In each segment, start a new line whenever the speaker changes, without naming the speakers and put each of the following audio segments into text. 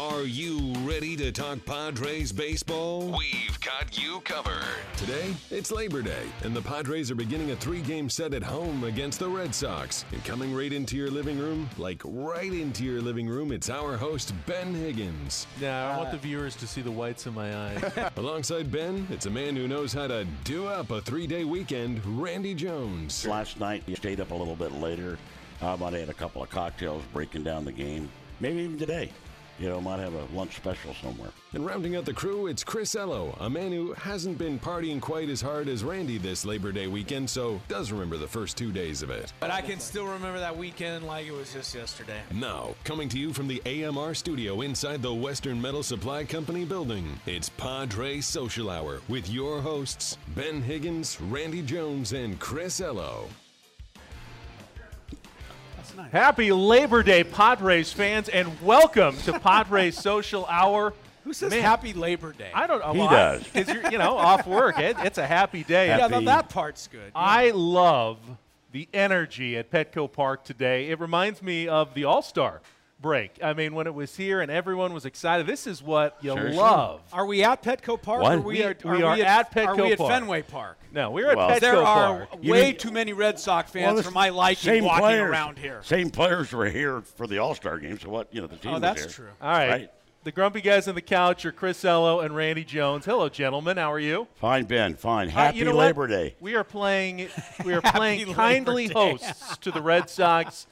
Are you ready to talk Padres baseball?
We've got you covered.
Today, it's Labor Day, and the Padres are beginning a three game set at home against the Red Sox. And coming right into your living room, like right into your living room, it's our host, Ben Higgins.
Now, I want the viewers to see the whites in my eyes.
Alongside Ben, it's a man who knows how to do up a three day weekend, Randy Jones.
Last night, you stayed up a little bit later. I might have had a couple of cocktails breaking down the game. Maybe even today. You know, might have a lunch special somewhere.
And rounding out the crew, it's Chris Ello, a man who hasn't been partying quite as hard as Randy this Labor Day weekend, so does remember the first two days of it.
But I can still remember that weekend like it was just yesterday.
Now, coming to you from the AMR studio inside the Western Metal Supply Company building, it's Padre Social Hour with your hosts, Ben Higgins, Randy Jones, and Chris Ello.
Happy Labor Day, Padres fans, and welcome to Padres Social Hour.
Who says
Man,
happy Labor Day?
I don't know.
He
Well, I-
does.
'cause you're, you know, off work. It, it's a happy day.
yeah,
Happy-
no, that part's good.
I love the energy at Petco Park today. It reminds me of the All Star break. I mean, when it was here and everyone was excited. This is what you
Seriously?
love.
are we at Petco Park?
What?
Or we,
We-
are,
we
are,
are
we
at
are
Petco
we at
Park.
Petco Park?
No, we're at
Well,
Petco
There are
Park.
You
way
didn't-
too many Red Sox
Well,
fans
this-
for my liking
same
walking
players-
around here.
Same players were here for the All Star game, so what? You know, the team
Oh,
was
that's
there.
true.
All right.
Right.
The grumpy guys on the couch are Chris Ello and Randy Jones. Hello, gentlemen. How are you?
Fine, Ben. Fine.
Uh,
Happy
you know what?
Labor Day.
We are playing. We are
Happy
playing
Labor
kindly
Day.
hosts to the Red Sox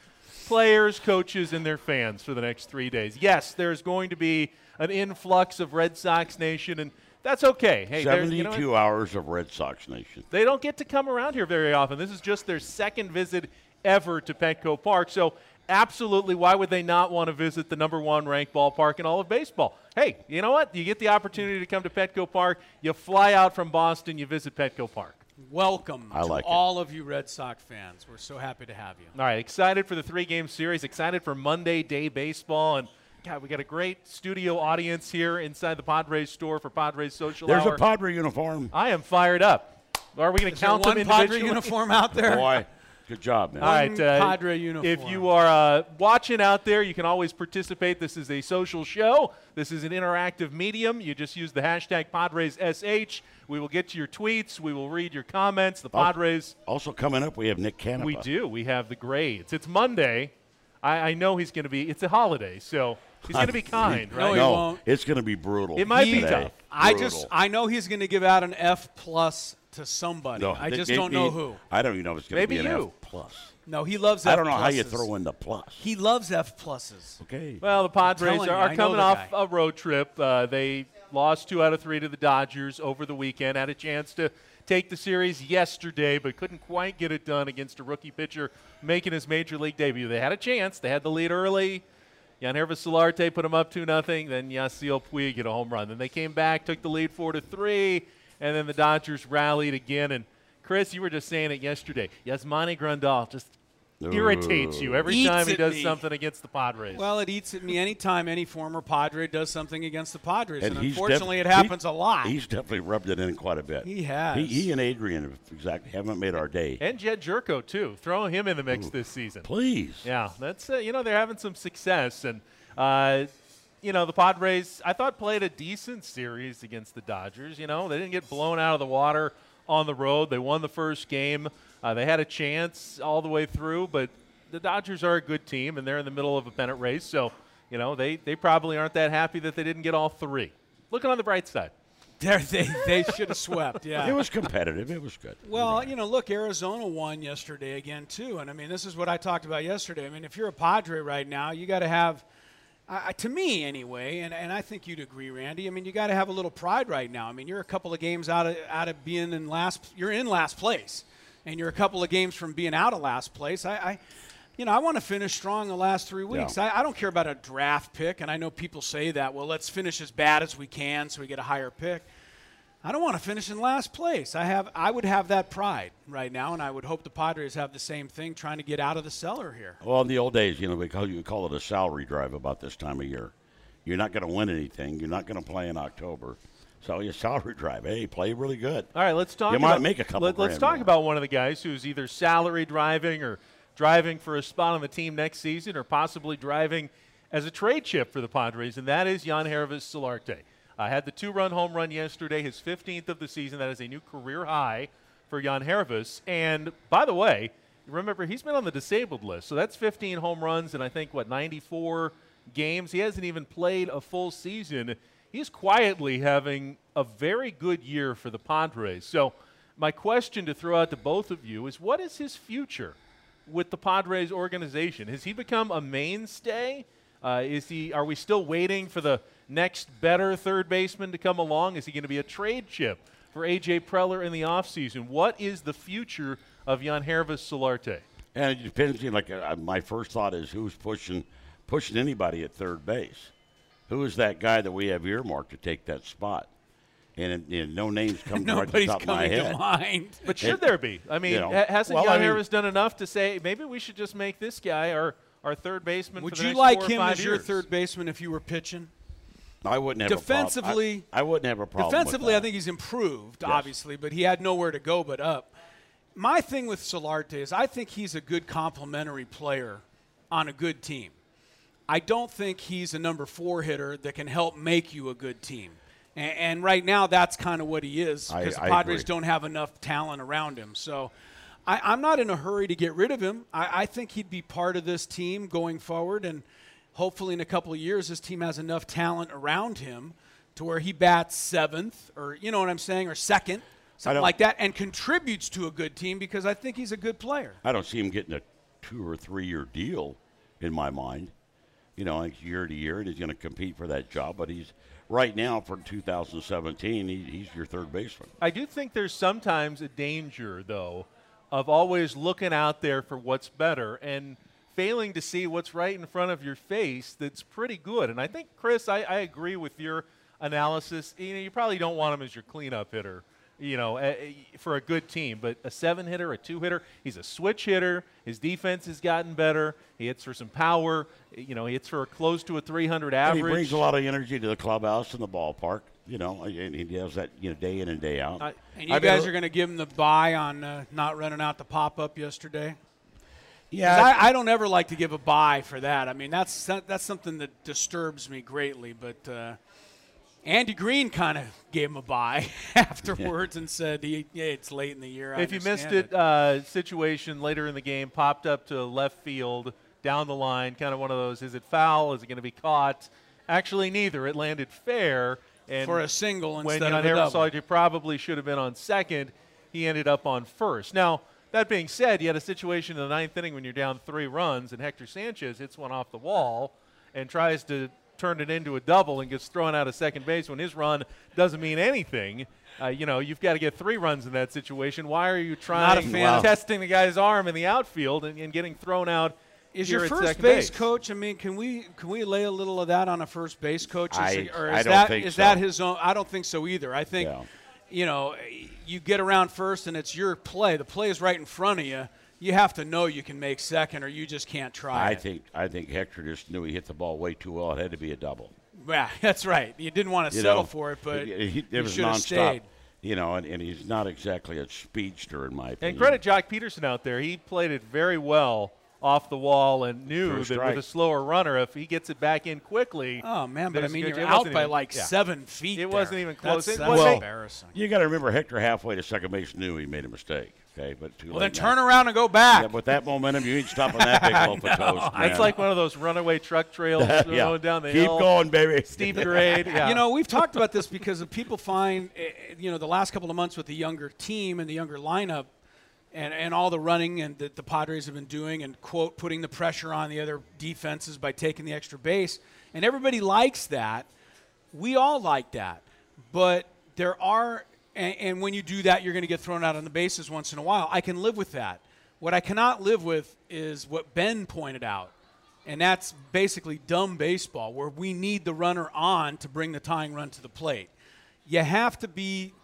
players, coaches, and their fans for the next three days. Yes, there is going to be an influx of Red Sox Nation, and that's okay. Hey, they're- you know
Seventy-two
what?
hours of Red Sox Nation.
They don't get to come around here very often. This is just their second visit ever to Petco Park. So, absolutely, why would they not want to visit the number one ranked ballpark in all of baseball? Hey, you know what? You get the opportunity to come to Petco Park. You fly out from Boston, you visit Petco Park.
Welcome
I like it.
to all of you Red Sox fans. We're so happy to have you.
All right, excited for the three game series, excited for Monday Day Baseball. And, God, we got a great studio audience here inside the Padres store for Padres Social
There's
Hour. Uh,
a Padre uniform.
I am fired up. Are we going to
Is there
count them
one
individually?
Padre uniform out there?
Boy, good job, man.
All right, uh,
One Padre
If
uniform.
you are uh, watching out there, you can always participate. This is a social show. This is an interactive medium. You just use the hashtag PadresSH. We will get to your tweets. We will read your comments. The Padres.
Also coming up, we have Nick Canapa.
We do. We have the grades. It's Monday. I, I know he's going to be. It's a holiday, so he's going to be kind, right?
No, he won't.
It's going to be brutal.
It might
be
today.
tough.
I
Brutal.
just I know he's going to give out an F plus to somebody.
No,
I
they-
just
they-
don't know
they-
who.
I don't even know if it's going to be
Maybe
an
you.
F plus.
No, he loves. F
I don't know how you
pluses.
throw in the plus.
He loves F pluses.
okay.
Well, the Padres
telling
are,
you,
are
I know
coming
the
off
guy.
a road trip. Uh, they lost two out of three to the Dodgers over the weekend. Had a chance to take the series yesterday, but couldn't quite get it done against a rookie pitcher making his major league debut. They had a chance. They had the lead early. Yanherva Solarte put them up two nothing. Then Yasiel Puig hit a home run. Then they came back, took the lead four to three, and then the Dodgers rallied again. And Chris, you were just saying it yesterday. Yasmani Grandal just irritates you every
Eats
time he
at
does
me.
something against the Padres.
Well, it eats at me anytime any former Padre does something against the Padres, and,
he's def-
unfortunately, it
he-
happens a lot.
He's definitely rubbed it in quite a bit.
He has. Eh,
He, he and Adrian have exactly haven't made our day.
And Jed Jerko too. Throwing him in the mix this season.
Please.
Yeah, that's uh, you know they're having some success, and uh, you know the Padres. I thought played a decent series against the Dodgers. You know they didn't get blown out of the water on the road. They won the first game. Uh, they had a chance all the way through, but the Dodgers are a good team, and they're in the middle of a pennant race. So you know they they probably aren't that happy that they didn't get all three. Looking on the bright side.
There- they they should have swept.
It
Yeah.
was competitive. It was good.
Well, you know, look, Arizona won yesterday again too, and I mean, this is what I talked about yesterday. I mean, if you're a Padre right now, you got to have, I I- to me anyway, and, and I think you'd agree, Randy. I mean, you got to have a little pride right now. I mean, you're a couple of games out of out of being in last. You're in last place, and you're a couple of games from being out of last place. I. I you know, I want to finish strong the last three weeks.
Yeah.
I, I don't care about a draft pick, and I know people say that. Well, let's finish as bad as we can so we get a higher pick. I don't want to finish in last place. I have I would have that pride right now, and I would hope the Padres have the same thing, trying to get out of the cellar here.
Well, in the old days, you know, we call you call it a salary drive about this time of year. You're not going to win anything. You're not going to play in October. So your salary drive. Hey, play really good.
All right, let's talk.
You
about,
might make a couple
Let, us
grand
talk
more.
about one of the guys who's either salary driving or driving for a spot on the team next season, or possibly driving as a trade chip for the Padres, and that is Jan Hervis Solarte. I had the two run home run yesterday, his 15th of the season. That is a new career high for Jan Hervis. And by the way, remember, he's been on the disabled list. So that's 15 home runs and I think, what, 94 games? He hasn't even played a full season. He's quietly having a very good year for the Padres. So my question to throw out to both of you is what is his future with the Padres organization? Has he become a mainstay? Uh, is he? Are we still waiting for the next better third baseman to come along? Is he going to be a trade chip for AJ Preller in the offseason? What is the future of Jan Hervis Solarte?
And it depends. You know, like uh, my first thought is who's pushing pushing anybody at third base. Who is that guy that we have earmarked to take that spot? And, and no names come right to the
Nobody's
top of my
coming
head.
to mind.
But should there be? I mean,
you know,
ha- hasn't
well,
Jan
I mean-
Hervis done enough to say maybe we should just make this guy our, our third baseman? for
Would
the
you
next
like
four or
him
five
as your
years?
third baseman if you were pitching?
I wouldn't have A
Defensively-
problem. I, I wouldn't have a problem. with
Defensively, I
that.
think he's improved, obviously, but he had nowhere to go but up. My thing with Solarte is I think he's a good complementary player on a good team. I don't think he's a number four hitter that can help make you a good team. And, and right now, that's kind of what he is
I-
because the
I
Padres
agree.
don't have enough talent around him. So I, I'm not in a hurry to get rid of him. I, I think he'd be part of this team going forward. And hopefully, in a couple of years, this team has enough talent around him to where he bats seventh or, you know what I'm saying, or second, something
don't-
like that, and contributes to a good team because I think he's a good player.
I don't see him getting a two or three year deal in my mind. You know, I think year to year, and he's going to compete for that job. But he's right now for 2017, he, he's your third baseman.
I do think there's sometimes a danger, though, of always looking out there for what's better and failing to see what's right in front of your face that's pretty good. And I think, Chris, I, I agree with your analysis. You know, you probably don't want him as your cleanup hitter, you know, eh, eh, for a good team, but a seven hitter, a two hitter, he's a switch hitter. His defense has gotten better. He hits for some power. You know, he hits for close to a 300
And he
average.
brings a lot of energy to the clubhouse and the ballpark. You know, and he does that you know day in and day out.
I-
Uh, And you
I've been-
guys are going to give him the buy on uh, not running out the pop up yesterday?
yeah,
'Cause I, I don't ever like to give a buy for that. I mean, that's that's something that disturbs me greatly. But uh, Andy Green kind of gave him a buy afterwards and said, "He- "Yeah, it's late in the year." I
If you missed
understand
it, uh, situation later in the game popped up to left field down the line, kind of one of those. Is it foul? Is it going to be caught? Actually, neither. It landed fair. And
for a single
when
instead
Jan
of a double.
Harris you probably should have been on second, he ended up on first. Now that being said, you had a situation in the ninth inning when you're down three runs, and Hector Sanchez hits one off the wall and tries to turn it into a double and gets thrown out of second base when his run doesn't mean anything. Uh, you know, you've got to get three runs in that situation. Why are you trying
fan of-
testing the guy's arm in the outfield and, and getting thrown out?
Is
here
your
at
first
second
base
base
coach? I mean, can we can we lay a little of that on a first base coach? Is
I-
he- or is
I don't
that
think
is
so.
that his own? I don't think so either. I think
Yeah.
you know you get around first and it's your play. The play is right in front of you. You have to know you can make second, or you just can't try.
I
it.
think I think Hector just knew he hit the ball way too well. It had to be a double.
Yeah, that's right. You didn't want to
you
settle
know.
for it, but
He- he- it
you
was
should have
nonstop.
stayed.
You know, and, and he's not exactly a speedster in my opinion.
And credit Jock Peterson out there. He played it very well off the wall and knew
First
that
strike.
with a slower runner, if he gets it back in quickly.
Oh man, but I
there's a
mean,
good-
you're
it
out
wasn't
by
even-
like
yeah.
seven feet.
It
there.
wasn't even close.
That's,
It
that's
wasn't-
embarrassing.
You got to remember, Hector halfway to second base knew he made a mistake. Okay, but too
Well, then
late. now.
turn around and go back.
Yeah, with that momentum, you ain't stopping that big loaf of toast. Man.
It's like one of those runaway truck trails
Yeah.
going down the
Keep
hill.
going, baby.
Steep grade. Yeah.
You know, we've talked about this because the people find, eh, you know, the last couple of months with the younger team and the younger lineup and, and all the running and that the Padres have been doing and, quote, putting the pressure on the other defenses by taking the extra base. And everybody likes that. We all like that. But there are, and, and when you do that, you're going to get thrown out on the bases once in a while. I can live with that. What I cannot live with is what Ben pointed out. And that's basically dumb baseball where we need the runner on to bring the tying run to the plate. You have to be.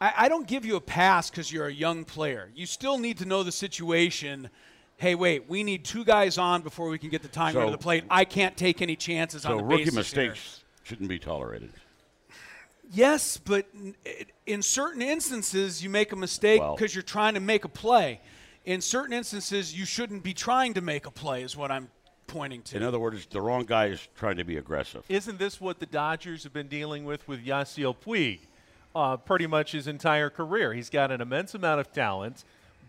I, I don't give you a pass because you're a young player. You still need to know the situation. Hey, wait, we need two guys on before we can get the tying run
So-
to the plate. I can't take any chances
so
on the
rookie
bases here.
mistakes shouldn't be tolerated.
Yes, but n- it- in certain instances, you make a mistake
Well-
because you're trying to make a play. In certain instances, you shouldn't be trying to make a play, is what I'm pointing to.
In other words, the wrong guy is trying to be aggressive.
Isn't this what the Dodgers have been dealing with with Yasiel Puig uh, pretty much his entire career? He's got an immense amount of talent,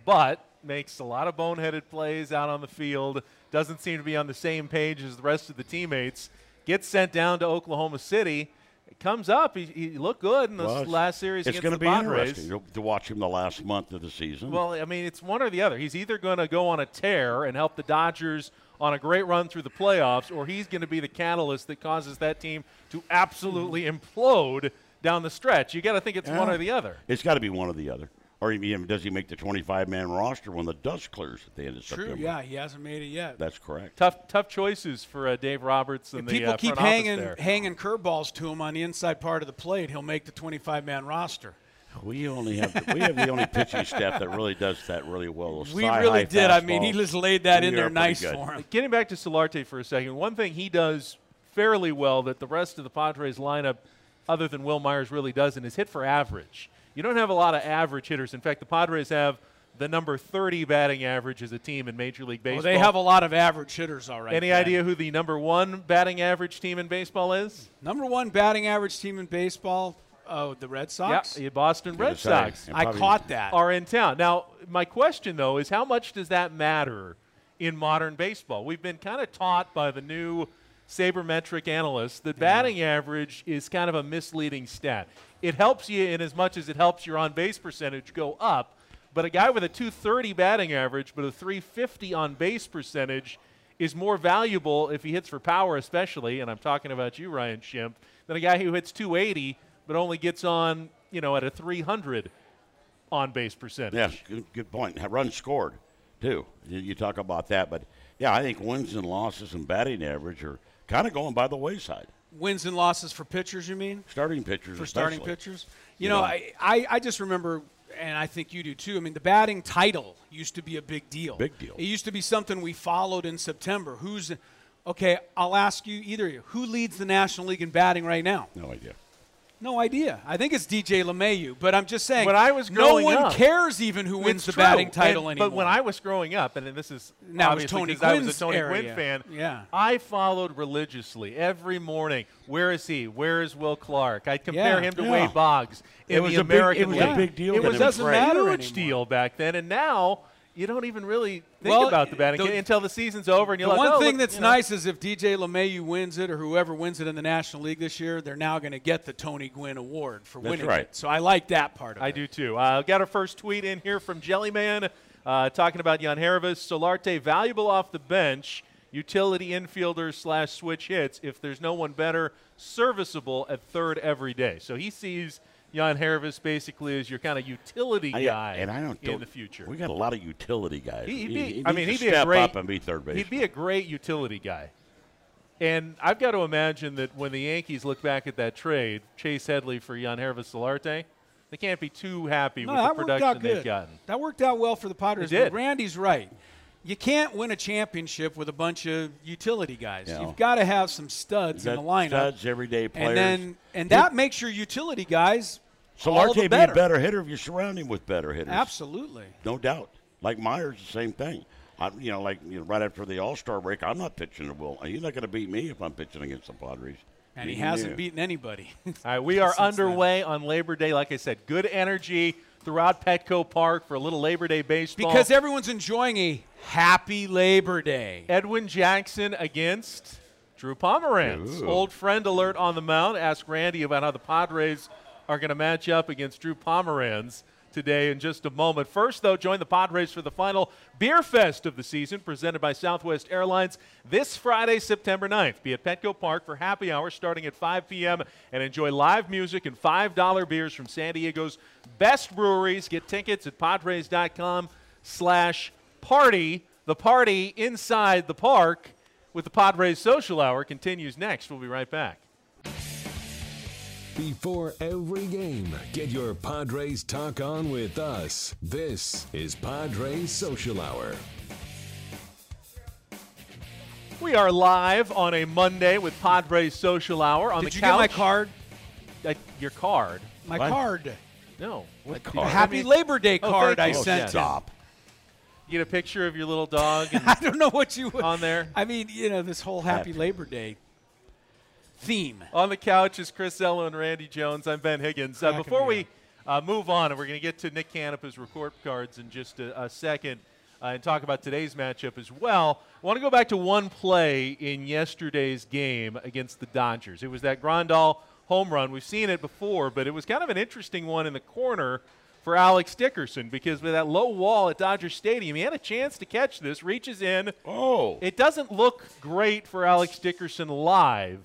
but makes a lot of boneheaded plays out on the field, doesn't seem to be on the same page as the rest of the teammates, gets sent down to Oklahoma City. Comes up, he, he looked good in the
Well,
last series
it's
against
gonna
the
be
Padres.
interesting to- to watch him the last month of the season.
Well, I mean, it's one or the other. He's either going to go on a tear and help the Dodgers on a great run through the playoffs, or he's going to be the catalyst that causes that team to absolutely
Hmm.
implode down the stretch. You got to think it's one
Yeah.
or the other.
It's got to be one or the other. Or he- he- does he make the 25 man roster when the dust clears at the end of
True.
September?
Yeah, he hasn't made it yet.
That's correct.
Tough, tough choices for uh, Dave Roberts and
If
the
people
uh,
keep
front office
hanging
there.
hanging curveballs to him on the inside part of the plate. He'll make the 25 man roster.
We only have the, we have the only pitching staff that really does that really well. Those
We
thigh-high
really did. I mean,
fastballs.
he just laid that
We
in
are
there
pretty
nice
good.
for him.
Getting back to Solarte for a second, one thing he does fairly well that the rest of the Padres lineup, other than Will Myers, really doesn't is hit for average. You don't have a lot of average hitters. In fact, the Padres have the number 30 batting average as a team in Major League
Well,
Baseball.
they have a lot of average hitters, all right.
Any
Ben.
idea who the number one batting average team in baseball is?
Number one batting average team in baseball, oh, the Red Sox.
the Boston Red
to say.
Sox.
Yeah.
I
Probably-
caught that.
are in town. Now, my question though is how much does that matter in modern baseball? We've been kind of taught by the new sabermetric analysts that batting average is kind of a misleading stat. It helps you in as much as it helps your on base percentage go up, but a guy with a 230 batting average but a 350 on base percentage is more valuable if he hits for power, especially, and I'm talking about you, Ryan Schimpf, than a guy who hits 280 but only gets on, you know, at a 300 on base percentage.
Yeah, good, good point. Run scored, too. You, you talk about that, but yeah, I think wins and losses and batting average are kind of going by the wayside.
Wins and losses for pitchers, you mean?
Starting pitchers,
For starting
especially.
pitchers?
You
You know,
know.
I, I, I just remember, and I think you do too, I mean, the batting title used to be a big deal.
Big deal.
It used to be something we followed in September. Who's, okay, I'll ask you, either of you, who leads the National League in batting right now?
No idea.
No idea. I think it's DJ LeMayu, but I'm just saying.
When I was
no
growing
one
up-
cares even who wins
It's
the
true.
batting title
And-
anymore.
But when I was growing up, and then this is
Now it's
obviously
Tony
'cause I was a
Gwynn's
Tony
area.
Gwynn fan.
Yeah.
I followed religiously every morning. Where is he? Where is Will Clark? I'd compare
Yeah.
him to
Yeah.
Wade Boggs.
It
in
was
the
a big- it
American
was
a
League.
big deal
It
then.
was
It doesn't
a
matter
huge
anymore.
deal back then, and now you don't even really think
Well,
about the batting
the-
until the season's over, and you're
the
like,
one
oh,
thing
look,
that's
you know.
nice is if DJ LeMayu wins it or whoever wins it in the National League this year, they're now going to get the Tony Gwynn Award for
That's
winning
right.
it. So I like that part of
I
it.
do too. Uh, got our first tweet in here from Jellyman uh, talking about Jan Hervis. Solarte, valuable off the bench, utility infielder slash switch hits. If there's no one better, serviceable at third every day. So he sees Jan Hervis basically as your kind of utility
I-
guy
and I don't
in
don't-
the future.
We got a lot of utility guys.
He- he'd
He-
be-
he
I mean,
needs to
he'd be a
step
great-
up and be third base.
He'd be a great utility guy. And I've got to imagine that when the Yankees look back at that trade, Chase Headley for Jan Hervis Solarte, they can't be too happy
No,
with the
that worked out
production
good.
they've gotten.
That worked out well for the Padres.
It did.
But Randy's right. You can't win a championship with a bunch of utility guys.
No.
You've got to have some studs in the lineup.
Studs, everyday players.
and then and that makes your utility guys all
Solarte
the
be
better.
a better hitter if you surround him with better hitters.
Absolutely.
No doubt. Like Myers, the same thing. I, you know, like you know, right after the All Star break, I'm not pitching to Will. He's not going to beat me if I'm pitching against the Padres.
And he
Me
hasn't
you.
beaten anybody.
All right, we are
Since then.
underway on Labor Day. Like I said, good energy throughout Petco Park for a little Labor Day baseball.
because everyone's enjoying a happy Labor Day.
Edwin Jackson against Drew Pomeranz.
Ooh.
Old friend alert on the mound. Ask Randy about how the Padres are going to match up against Drew Pomeranz today in just a moment. First, though, join the Padres for the final Beer Fest of the season presented by Southwest Airlines this Friday, September 9th. Be at Petco Park for happy hour starting at 5 p.m. and enjoy live music and $5 beers from San Diego's best breweries. Get tickets at padres.com slash party. The party inside the park with the Padres Social Hour continues next. We'll be right back.
Before every game, get your Padres talk on with us. This is Padres Social Hour.
We are live on a Monday with Padres Social Hour on
Did
the
you get
couch.
my card?
Uh, your card?
My
What?
card.
No. What
Happy Labor Day
Oh,
card
thank
I
you.
sent
Yeah.
him.
Oh, Stop.
You get a picture of your little dog and
I don't know what you would.
on there.
I mean, you know, this whole Happy,
Happy. Oh,
Labor Day theme.
On the couch is Chris Ello and Randy Jones. I'm Ben Higgins. Uh,
Cracking
before
me
we uh, move on, and we're going to get to Nick Canopus' report cards in just a, a second uh, and talk about today's matchup as well, I want to go back to one play in yesterday's game against the Dodgers. It was that Grandal home run. We've seen it before, but it was kind of an interesting one in the corner for Alex Dickerson because with that low wall at Dodger Stadium, he had a chance to catch this, reaches in,
Oh.
it doesn't look great for Alex Dickerson live,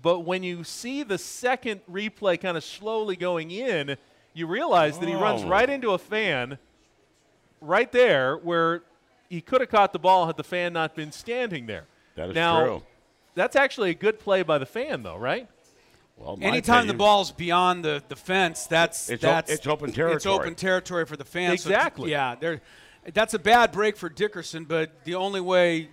but when you see the second replay kind of slowly going in, you realize that he runs
Oh.
right into a fan right there where he could have caught the ball had the fan not been standing there.
That is
now,
true.
That's actually a good play by the fan, though, right?
well, my
Anytime the
opinion-
ball's beyond the, the fence, that's
It's o-
that's
it's open
It's
territory.
open territory for the fans. So,
Exactly.
yeah, there. That's a bad break for Dickerson, but the only way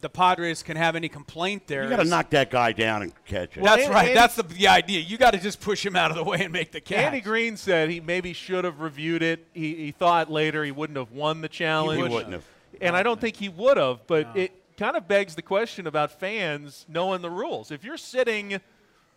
the Padres can have any complaint there.
You got to
is-
knock that guy down and catch it.
That's
Andy-
right.
Andy-
that's the, the idea. You got to just push him out of the way and make the catch.
Andy Green said he maybe should have reviewed it. He, he thought later he wouldn't have won the challenge.
he wouldn't have.
And I don't think he would have, but it kind of begs the question about fans knowing the rules. If you're sitting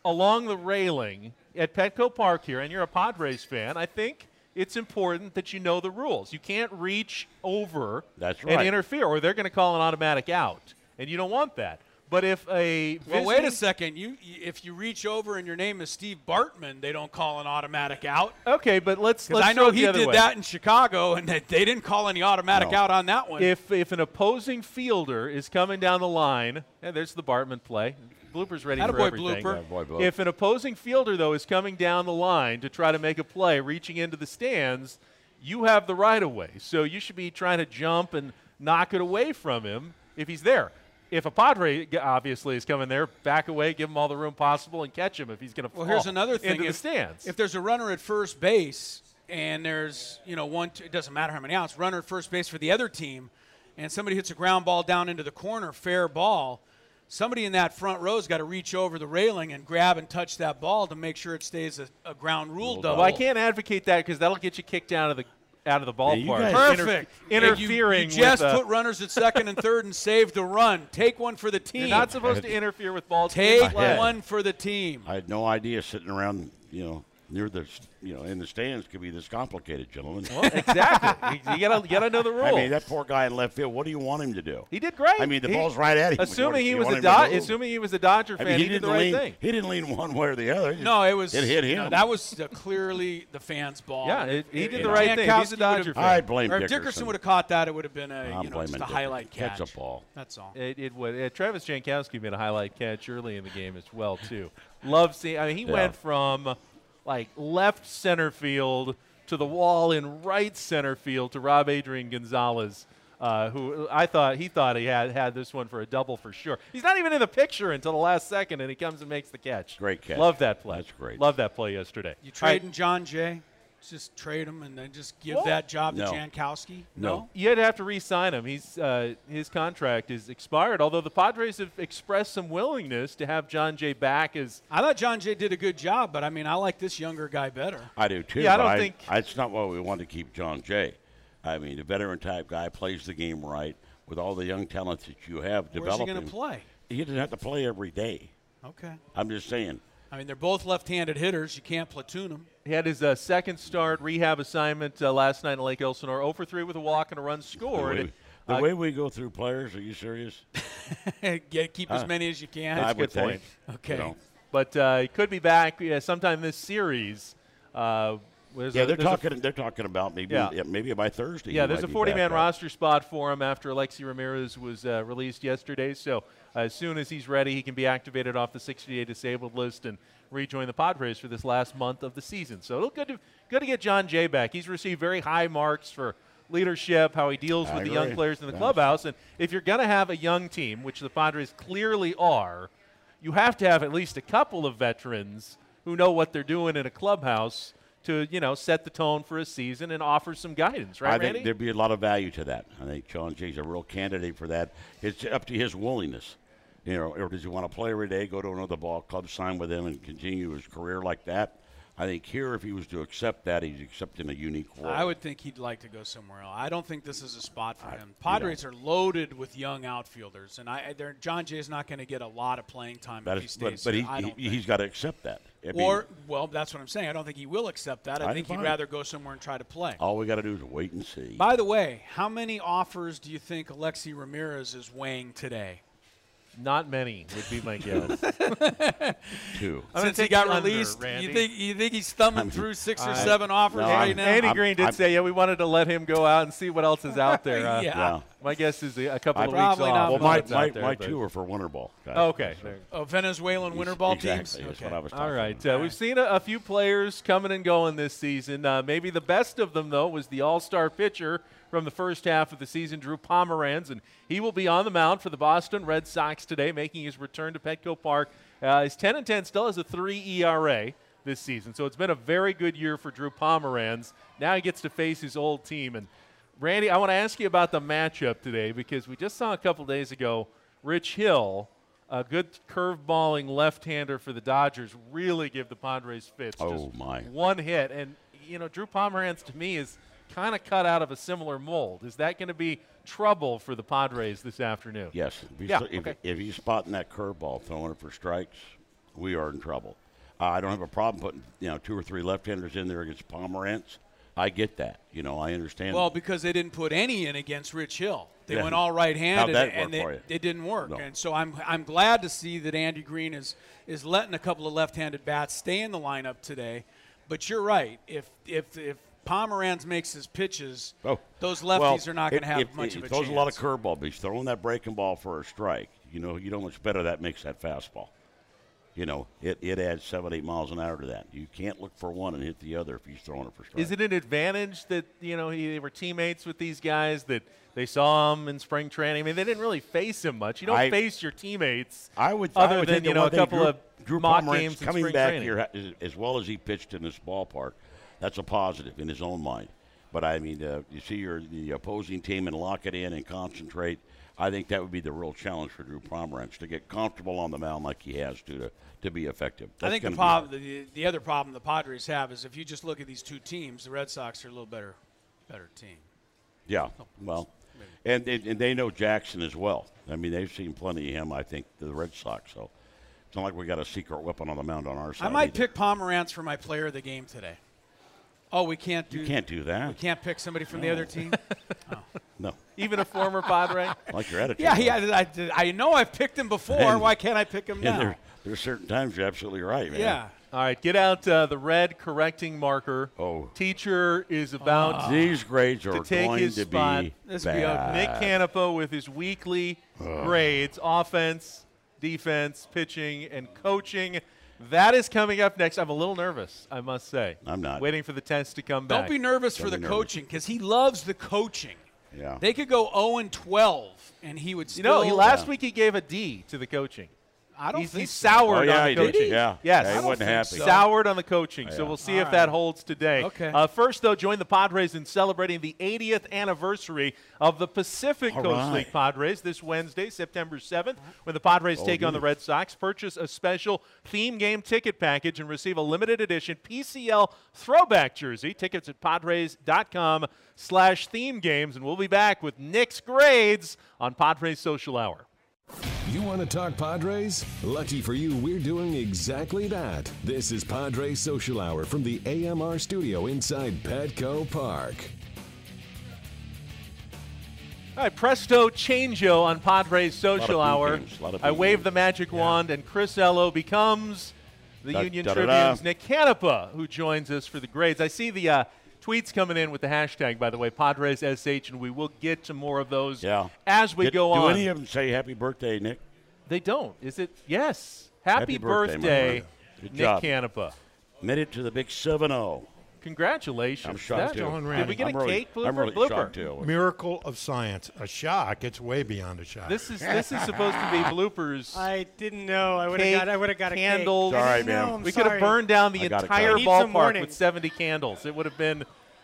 along the railing at Petco Park here and you're a Padres fan, I think it's important that you know the rules. You can't reach over
That's
and
right.
interfere, or they're going to call an automatic out, and you don't want that. But if a
Well, wait a
visiting-
second. You, you if you reach over and your name is Steve Bartman, they don't call an automatic out.
okay, but let's
Because
let's
I
go
know
the
he
other
did
way.
that in Chicago, and they, they didn't call any automatic
No.
out on that one.
If if an opposing fielder is coming down the line, and there's the Bartman play. Blooper's ready for
Attaboy,
everything.
blooper.
Attaboy, blooper.
if an opposing fielder though is coming down the line to try to make a play, reaching into the stands, you have the right of way. So you should be trying to jump and knock it away from him if he's there. If a Padre g- obviously is coming there, back away, give him all the room possible, and catch him if he's going to
well,
fall
here's another thing.
Oh, into
if,
the stands.
if there's a runner at first base, and there's you know one, two, it doesn't matter how many outs. Runner at first base for the other team, and somebody hits a ground ball down into the corner, fair ball. Somebody in that front row's got to reach over the railing and grab and touch that ball to make sure it stays a, a ground rule double.
well, I can't advocate that because that'll get you kicked out of the out of the ballpark.
you guys-
Interfe-
Perfect. If you-
interfering
You, just
with, uh,
put runners at second and third and save the run. Take one for the team.
You're not supposed to interfere with balls. in
Take
play.
one for the team.
I had no idea sitting around, you know, near the, s- you know, in the stands could be this complicated, gentlemen.
exactly. You gotta, you gotta know the rules.
I mean, that poor guy in left field. What do you want him to do?
he did great.
I mean, the
He-
ball's right at him. What do
Assuming he
you
was
want
a
him to
Do-
do?
assuming he was a Dodger
I
fan,
mean,
he,
he
did
didn't
the right
lean.
thing.
He didn't lean one way or the other.
No, it was.
It hit him.
no, that was uh, clearly the fans' ball.
Yeah, it- he did
If
the right
Jankowski
thing. He's a
would've-
Dodger fan.
I blame
Or if
Dickerson.
Dickerson would have caught that, it would have been a
I'm
you know just
blaming
a
Dickerson.
highlight catch.
Catch a ball.
That's all.
It, it was. Uh, Travis Jankowski made a highlight catch early in the game as well too. Love seeing. I mean, he
Yeah.
went from like left center field to the wall in right center field to Rob Adrian Gonzalez. Uh, who I thought he thought he had had this one for a double for sure. He's not even in the picture until the last second, and he comes and makes the catch.
Great catch.
Love that play.
That's great.
Love that play yesterday.
You
All right,
trading John Jay? Just trade him and then just give
What?
that job to
No.
Jankowski?
No.
You'd have to re-sign him. He's uh, his contract is expired. Although the Padres have expressed some willingness to have John Jay back as
I thought John Jay did a good job, but I mean, I like this younger guy better.
I do too.
Yeah, I
but
don't think-
I, it's not why we want to keep John Jay. I mean, a veteran type guy plays the game right with all the young talents that you have
Where's he
developing.
going to play?
He doesn't have to play every day.
Okay.
I'm just saying.
I mean, they're both left-handed hitters. You can't platoon them.
He had his uh, second start rehab assignment uh, last night in Lake Elsinore. 0 for 3 with a walk and a run
The, way,
scored.
we- the
Uh,
way we go through players, are you serious?
Get, keep as many as you can.
I would
good point.
think.
Okay.
You know.
But uh, he could be back uh, sometime this series. Uh, there's
Yeah,
a-
they're
there's a-
talking. they're talking about maybe
Yeah.
yeah, maybe by Thursday.
yeah,
he
there's
might
a
be
40 man
back up.
roster spot for him after Alexi Ramirez was uh, released yesterday. So uh, as soon as he's ready, he can be activated off the 68 disabled list and rejoin the Padres for this last month of the season. So it'll good to good to get John Jay back. He's received very high marks for leadership, how he deals
I
with the young
agree.
players in the
Yeah.
clubhouse, and if you're going to have a young team, which the Padres clearly are, you have to have at least a couple of veterans who know what they're doing in a clubhouse. To you know, set the tone for a season and offer some guidance, right,
I think
Randy?
there'd be a lot of value to that. I think John Jay's a real candidate for that. It's up to his willingness. You know, or does he want to play every day, go to another ball club, sign with them, and continue his career like that? I think here, if he was to accept that, he's accepting a unique role.
I would think he'd like to go somewhere else. I don't think this is a spot for him. Padres are loaded with young outfielders, and I, they're, John Jay is not going to get a lot of playing time
That
if he
is, but,
stays.
but he,
here, I don't
he,
think.
he's got to accept that. I mean,
or well, that's what I'm saying. I don't think he will accept that. I,
I
think he'd
fine.
rather go somewhere and try to play.
all we got to do is wait and see.
By the way, how many offers do you think Alexi Ramirez is weighing today?
Not many would be my guess.
Two.
I'm gonna
Since he
take
got
the under,
released,
Randy.
you think you think he's thumbing through six or seven offers
no,
right
I'm-
now?
Andy
I'm-
Green did
I'm-
say, yeah, we wanted to let him go out and see what else is out there. Uh,
yeah.
Yeah.
My guess is a couple
I-
of weeks
Probably
off.
not
Well,
Well,
my,
It's out
my,
there,
my
but-
two are for winter ball. guys.
Okay.
So-
there-
Oh, Venezuelan winter ball teams.
Exactly. That's
Okay.
what I was talking
All right.
about.
Uh, we've seen a, a few players coming and going this season. Uh, maybe the best of them, though, was the all star pitcher from the first half of the season, Drew Pomeranz. And he will be on the mound for the Boston Red Sox today, making his return to Petco Park. Uh, his 10 and 10 still has a 3 ERA this season. So it's been a very good year for Drew Pomeranz. Now he gets to face his old team. And Randy, I want to ask you about the matchup today because we just saw a couple days ago Rich Hill, a good curveballing left-hander for the Dodgers, really give the Padres fits.
Oh,
just
my.
One hit, and you know Drew Pomeranz to me is kind of cut out of a similar mold. Is that going to be trouble for the Padres this afternoon?
Yes. If he's,
Yeah,
if,
okay.
if he's spotting that curveball, throwing it for strikes, we are in trouble. Uh, I don't have a problem putting you know two or three left-handers in there against Pomerantz. I get that. You know, I understand.
Well, because they didn't put any in against Rich Hill. They
Yeah.
went all right-handed,
How'd that
and
work
they-
for you?
it didn't work.
No.
And so I'm I'm glad to see that Andy Green is is letting a couple of left-handed bats stay in the lineup today. But you're right. If if if Pomeranz makes his pitches,
Oh.
those lefties
Well,
are not going
if-
to have
if
much
he
of a
throws
chance.
a lot of curveball, but he's throwing that breaking ball for a strike. You know, you know how much better that makes that fastball. You know, it, it adds seven, eight miles an hour to that. You can't look for one and hit the other if he's throwing it for strike.
Is it an advantage that you know he, they were teammates with these guys that they saw him in spring training? I mean, they didn't really face him much. You don't
I-
face your teammates.
I would
other
I would
than
think the
you know
one
a
thing
couple
Drew,
of
Drew
mock
Pomeranz
games in
coming
spring
back
training.
here as, as well as he pitched in this ballpark. That's a positive in his own mind. But I mean, uh, you see your the opposing team and lock it in and concentrate. I think that would be the real challenge for Drew Pomeranz to get comfortable on the mound like he has to to, to be effective.
I
That's
think the
gonna be
problem, the, the other problem the Padres have is if you just look at these two teams, the Red Sox are a little better, better team.
Yeah. Well, and, and and they know Jackson as well. I mean, they've seen plenty of him. I think the Red Sox. So it's not like we got a secret weapon on the mound on our side.
I might
either.
pick Pomerantz for my player of the game today. Oh, we can't do.
You can't do that.
We can't pick somebody from the other team.
No.
Even a former Padre.
Like your attitude.
yeah, yeah. I, I- I know I've picked him before. Why can't I pick him
And there,
now?
there's certain times you're absolutely right, man.
Yeah.
All right, get out uh, the red correcting marker.
Oh. Ah.
Teacher is about Uh, to
These grades are
take
going
his
to
spot.
be
This will be
bad.
ugly.
Nick Canepa with his weekly grades offense, defense, pitching, and coaching. That is coming up next. I'm a little nervous, I must say.
I'm not.
Waiting for the test to come
Don't
back.
be nervous for
Don't
the
be nervous.
coaching because he loves the coaching.
Yeah.
They could go 0 and 12, and he would
you know,
still.
he, last week he gave a D to the coaching.
I don't
he's,
think
he's
so.
soured
Oh, yeah,
on
he
the
did.
coaching.
Yeah.
Yes.
Yeah, he wasn't happy.
so.
Soured on the coaching. So we'll see
All
if
right.
that holds today.
Okay.
Uh, first, though, join the Padres in celebrating the 80th anniversary of the Pacific
All
Coast
right.
League Padres this Wednesday, September 7th, when the Padres take on the
dude.
Red Sox. Purchase a special theme game ticket package and receive a limited edition PCL throwback jersey. Tickets at padres.com slash theme games. And we'll be back with Nick's grades on Padres Social Hour.
You want to talk Padres? Lucky for you, we're doing exactly that. This is Padres Social Hour from the AMR studio inside Petco Park.
All right, presto changeo on Padres
A
Social
lot of
Hour.
beat games, a lot of
I
beat
wave
games.
the magic wand, and Chris Ello becomes the
Da-
Union
da- da- da.
Tribune's Nick Canepa, who joins us for the grades. I see the uh, tweets coming in with the hashtag, by the way, Padres SH, and we will get to more of those
Yeah.
as we
Did-
go
Do
on.
any of them say happy birthday, Nick?
they don't. Is it? Yes. Happy,
Happy birthday, my
birthday,
brother. Good
Nick
job.
Canepa.
Made it to the big 7 0.
Congratulations.
I'm shocked,
That-
too.
Did we get
I'm
a
really,
cake blooper?
I'm really
blooper?
shocked, too.
Miracle of science. A shock. It's way beyond a shock.
This is this is supposed to be bloopers.
I didn't know. I would
Cake,
have got. I would have got a
candles.
Cake. I didn't
Sorry, man.
know. I'm
we could have
sorry.
burned down the
I gotta
entire
cut.
Need some
ballpark
warning.
with 70 candles. It would have been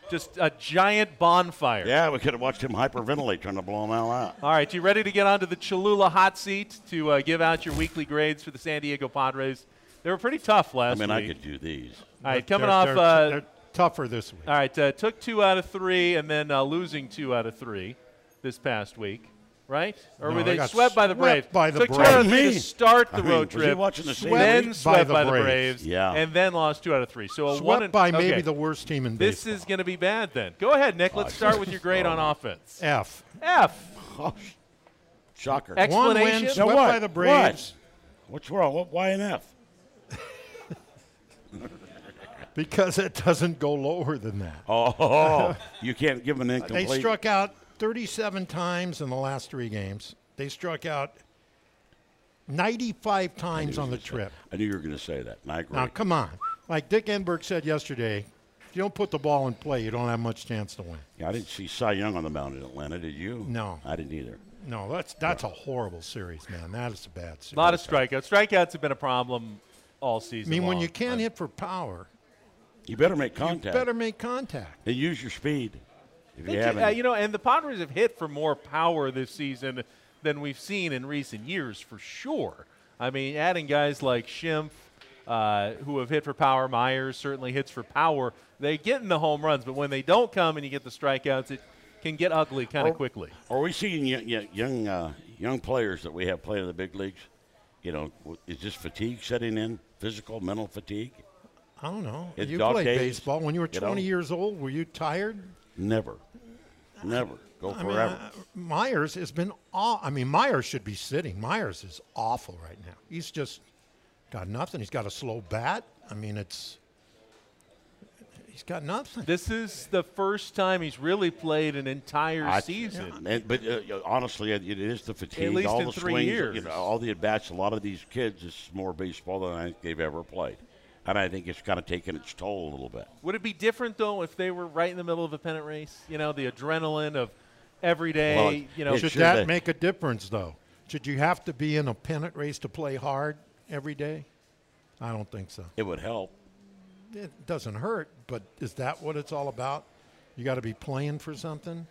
just a giant bonfire.
Yeah, we could have watched him hyperventilate trying to blow them all out.
All right, you ready to get onto the Cholula hot seat to uh, give out your weekly grades for the San Diego Padres? They were pretty tough
I
last
mean, I
week.
could do these.
All right,
They're-
coming off.
they're-
uh,
they're tougher this week.
all right, uh, took two out of three and then uh, losing two out of three this past week, right? Or
No,
were
they
they
got
swept by the Braves?
swept by the
took two out of
Braves.
three
Me.
to start the
I mean,
road
was he
trip.
watching the same
then
league?
swept by the Braves.
Yeah.
And then lost two out of three. So a one
Swept
and,
by maybe
okay.
the worst team in
This
baseball.
is going to be bad then. Go ahead, Nick.
Oh,
Let's start with your grade on offense.
F.
F.
Shocker.
One win
Explanation?
swept by the Braves
What? What's wrong? What, why an F?
because it doesn't go lower than that.
Oh, you can't give an
they
incomplete.
struck out 37 times in the last three games. They struck out 95 times on the trip.
I knew you were going to say that, and I agree.
Now, come on. Like Dick Enberg said yesterday, if you don't put the ball in play, you don't have much chance to win.
Yeah, I didn't see Cy Young on the mound in Atlanta, did you?
No.
I didn't either.
No, that's that's a horrible series, man. That is a bad series.
A lot of strikeouts. Strikeouts have been a problem all
I
season.
mean, when
long.
you can't hit for power,
You better make contact.
you better make contact.
And use your speed. If
They
you
ju-
haven't.
uh, you know, and the Padres have hit for more power this season than we've seen in recent years, for sure. I mean, adding guys like Schimpf, uh, who have hit for power, Myers certainly hits for power. They're getting the home runs, but when they don't come and you get the strikeouts, it can get ugly kind
Oh.
of quickly.
Are we seeing y- y- young uh, young players that we have playing in the big leagues? You know, w- is this fatigue setting in? Physical, mental fatigue?
I don't know.
It's
you
dog
played
days,
baseball when you were
you know?
20 years old. Were you tired?
Never, never go
I mean,
forever.
uh, Myers has been. Aw- I mean, Myers should be sitting. Myers is awful right now. He's just got nothing. He's got a slow bat. I mean, it's. He's got nothing.
This is the first time he's really played an entire
I-
season.
And, but uh, y- honestly, it, it is the fatigue.
least
all
in
the
three
swings,
years.
You know, all the at bats. A lot of these kids this is more baseball than I think they've ever played, and I think it's kind of taken its toll a little bit.
Would it be different though if they were right in the middle of a pennant race? You know, the adrenaline of every day.
Well,
you know,
it
Should
Sure
that
they-
make a difference, though? Should you have to be in a pennant race to play hard every day? I don't think so.
It would help.
It doesn't hurt, but is that what it's all about? You got to be playing for something.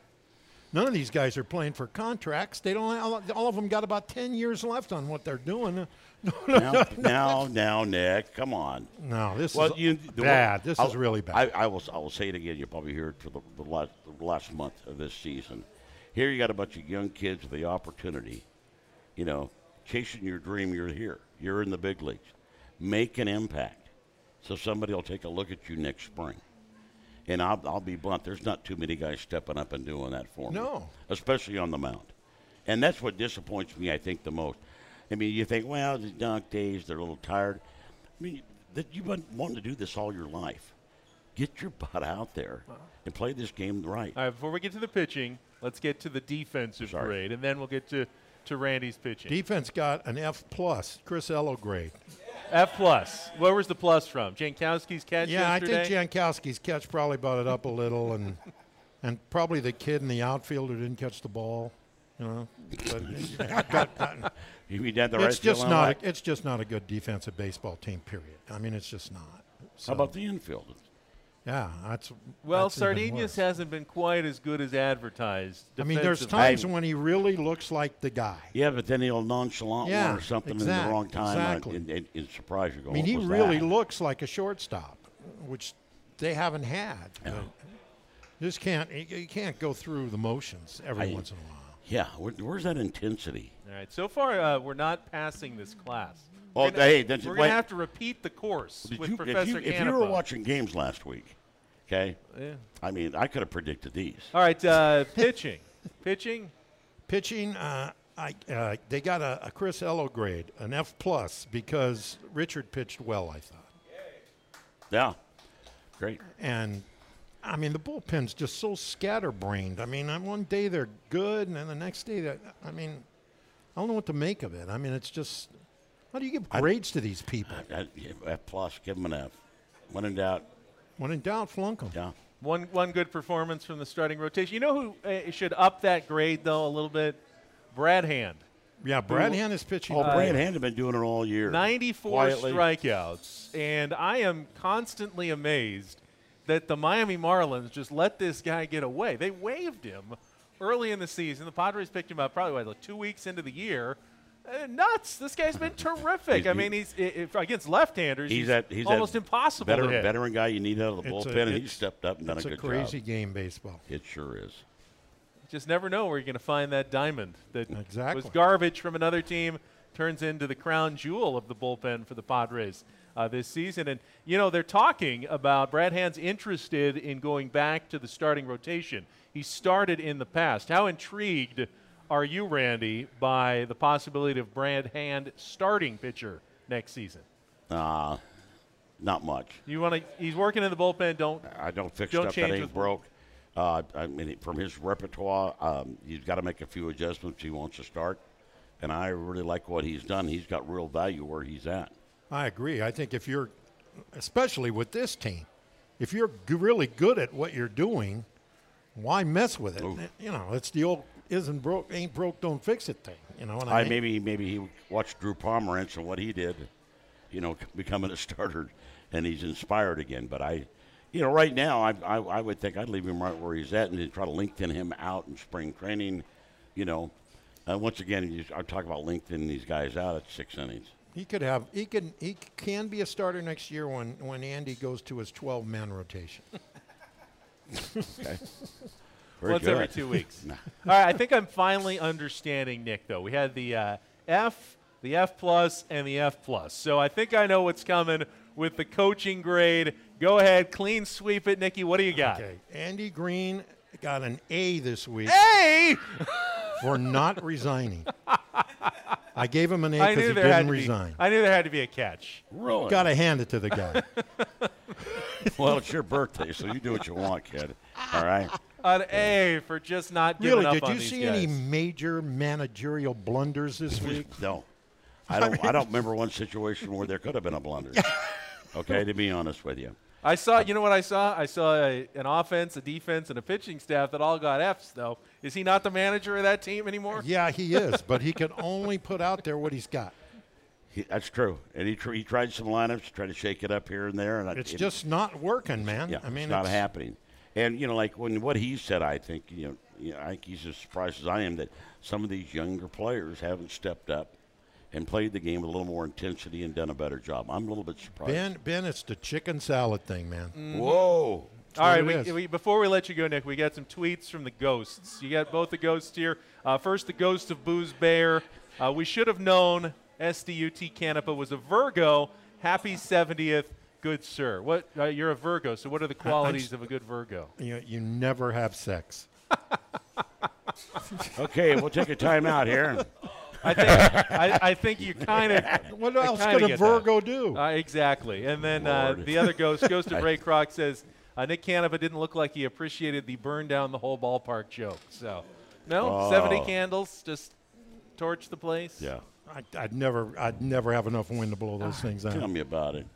None of these guys are playing for contracts. They don't. All all of them got about ten years left on what they're doing. No, no,
Now, now, now, Nick, come on.
no this
Well,
is
you, the one-
bad. this
I'll-
is really bad.
I, I will. I will say it again. You'll probably hear it for the, the, last, the last month of this season. Here you got a bunch of young kids with the opportunity, you know, chasing your dream. You're here. You're in the big leagues. Make an impact, so somebody will take a look at you next spring. And I'll, I'll be blunt. There's not too many guys stepping up and doing that for me.
No.
especially on the mound. And that's what disappoints me, I think, the most. I mean, you think, well, the dunk days, they're a little tired. I mean, that you've been wanting to do this all your life. Get your butt out there and play this game right.
All right, before we get to the pitching, let's get to the defensive
Sorry.
grade, and then we'll get to, to Randy's pitching.
Defense got an F plus. Chris Ello grade.
F plus. Where was the plus from? Jankowski's catch
Yeah, I
yesterday.
think Jankowski's catch probably brought it up a little, and and probably the kid in the outfield who didn't catch the ball. You know, but
You mean down the right
it's
field
just
line
not.
like-
A, it's just not a good defensive baseball team. Period. I mean, it's just not. So,
How about the infield?
yeah, that's
well,
that's even
Sardinius
worse.
hasn't been quite as good as advertised.
I mean, there's
defensively.
times when he really looks like the guy.
Yeah, but then he'll nonchalant
Yeah,
one or something in
exact-
the wrong time and-
exactly.
and, and, and surprise you. Go,
I mean, he
"What was
really
that?"
looks like a shortstop, which they haven't had. Just can't. You you can't go through the motions every
I-
once in a while.
Yeah, where, where's that intensity?
All right, so far uh, we're not passing this class.
Oh,
we're gonna,
hey, that's-
we're
wait.
gonna have to repeat the course
Did
with
you- if, you,
Professor
if you were
Canepa.
watching games last week, okay,
Yeah.
I mean, I could have predicted these.
All right, uh, pitching, pitching.
Pitching, uh, I, uh, they got a, a Chris Ello grade, an F plus, because Richard pitched well, I thought.
Yeah, great.
And I mean, the bullpen's just so scatterbrained. I mean, on one day they're good, and then the next day, they're, I mean, I don't know what to make of it. I mean, it's just how do you give grades to these people?
That, yeah, F plus, give him an F. When in doubt,
When in doubt, flunk them.
yeah.
One one good performance from the starting rotation. You know who uh, should up that grade though a little bit? Brad Hand.
Yeah, Brad Han is pitching.
Oh,
well.
Brad Hand had been doing it all year.
94
Quietly.
strikeouts, and I am constantly amazed that the Miami Marlins just let this guy get away. They waived him early in the season. The Padres picked him up probably what, like two weeks into the year, uh, nuts. This guy's been terrific.
He's-
I mean, he's i- if against left-handers, he's,
He's that he's that
almost impossible
veteran,
to hit.
veteran guy you need out of the
It's a-
bullpen, and he
it's-
stepped up and done a
It's
good
a crazy
job.
game, baseball.
It sure is.
Just never know where you're going to find that diamond that
Exactly.
was garbage from another team turns into the crown jewel of the bullpen for the Padres uh, this season. And you know they're talking about Brad Hand's interested in going back to the starting rotation. He started in the past. How intrigued are you, Randy, by the possibility of Brad Hand starting pitcher next season?
Uh, not much.
You want to? He's working in the bullpen. Don't
I don't fix
Don't
stuff
change
that ain't
with-
broke. Uh, I mean, it- from his repertoire, um, he's got to make a few adjustments. He wants to start, and I really like what he's done. He's got real value where he's at.
I agree. I think if you're, especially with this team, if you're g- really good at what you're doing, why mess with it? You know, it's the old isn't broke, ain't broke, don't fix it thing. You know what
I
I, mean?
maybe maybe he watched Drew Pomerantz and what he did, you know, becoming a starter, and he's inspired again. But I, you know, right now I I, I would think I'd leave him right where he's at and then try to lengthen him out in spring training, you know. Uh, once again, you, I talk about lengthening these guys out at six innings.
He could have. He can. He can be a starter next year when when Andy goes to his 12-man rotation.
Very
Once every
good.
two weeks. All right, I think I'm finally understanding Nick though. We had the uh, F, the F plus, and the F plus. So I think I know what's coming with the coaching grade. Go ahead, clean sweep it, Nikki. What do you got?
Okay. Andy Green got an A this week
Hey,
for not resigning. I gave him an A
I knew
because he
there had
didn't
to
resign.
be. I knew there had to be a catch.
Really?
Got to hand it to the guy.
Well, it's your birthday, so you do what you want, kid. All right.
An A for just not giving
really?
up
Did
on
you
these
see
guys.
any major managerial blunders this week?
No, I don't. I don't remember one situation where there could have been a blunder. Okay, to be honest with you.
I saw. You know what I saw? I saw a, an offense, a defense, and a pitching staff that all got Fs. Though, is he not the manager of that team anymore?
Yeah, he is, but he can only put out there what he's got.
He, that's true. And he, tr- he tried some lineups, tried to shake it up here and there. And I-
It's
it-
just not working, man.
yeah,
I mean,
it's not happening. And you know, like when what he said, I think you know, you know, I think he's as surprised as I am that some of these younger players haven't stepped up and played the game with a little more intensity and done a better job. I'm a little bit surprised.
Ben, Ben, it's the chicken salad thing, man.
Mm.
Whoa.
All right,
what it
we,
is.
we, before we let you go, Nick, we got some tweets from the ghosts. You got both the ghosts here. Uh, first, the ghost of Booze Bear. Uh, we should have known SDUT Canapa was a Virgo. Happy 70th, good sir. What uh, You're a Virgo, so what are the qualities of a good Virgo?
You, you never have sex.
Okay, we'll take a timeout here.
I think, I, I think you kind of.
What
I
else
kinda
could a
get
Virgo
that.
do?
Uh, exactly. And then uh,
Lord.
the other ghost, Ghost of Ray Kroc, says uh, Nick Canapa didn't look like he appreciated the burn down the whole ballpark joke. So, no, 70 candles, just torch the place.
Oh. Yeah.
I, I'd never, I'd never have enough wind to blow those things
Tell
out.
me about it.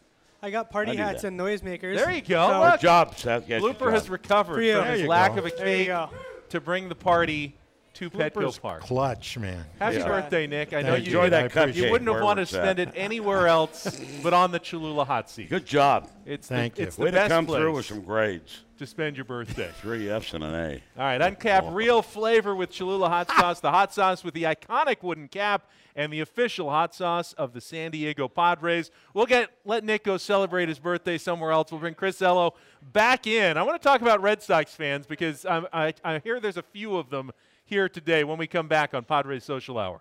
I got
I
party
do
hats
that.
and noisemakers.
There you go.
So-
Look,
Good job, Seth. Yes, good
Blooper has
job.
recovered
For you.
from
There
his
you
lack
go.
of a
There you
cake
go.
to bring the party to
Cooper's
Petco Park.
Clutch, man.
Happy
Yeah.
birthday, Nick. I know
Thank
you
you.
Enjoy
I
that cupcake.
appreciate
You wouldn't have
where
wanted
it's
to
at.
spend it anywhere else but on the Cholula hot seat.
Good job.
It's
Thank
the,
you.
It's the
Way to
best
come
place
through with some grades.
to spend your birthday.
Three F's and an A.
All right, uncap real flavor with Cholula hot sauce, the hot sauce with the iconic wooden cap, and the official hot sauce of the San Diego Padres. We'll get let Nick go celebrate his birthday somewhere else. We'll bring Chris Ello back in. I want to talk about Red Sox fans because I'm, I, I hear there's a few of them here today. When we come back on Padres Social Hour.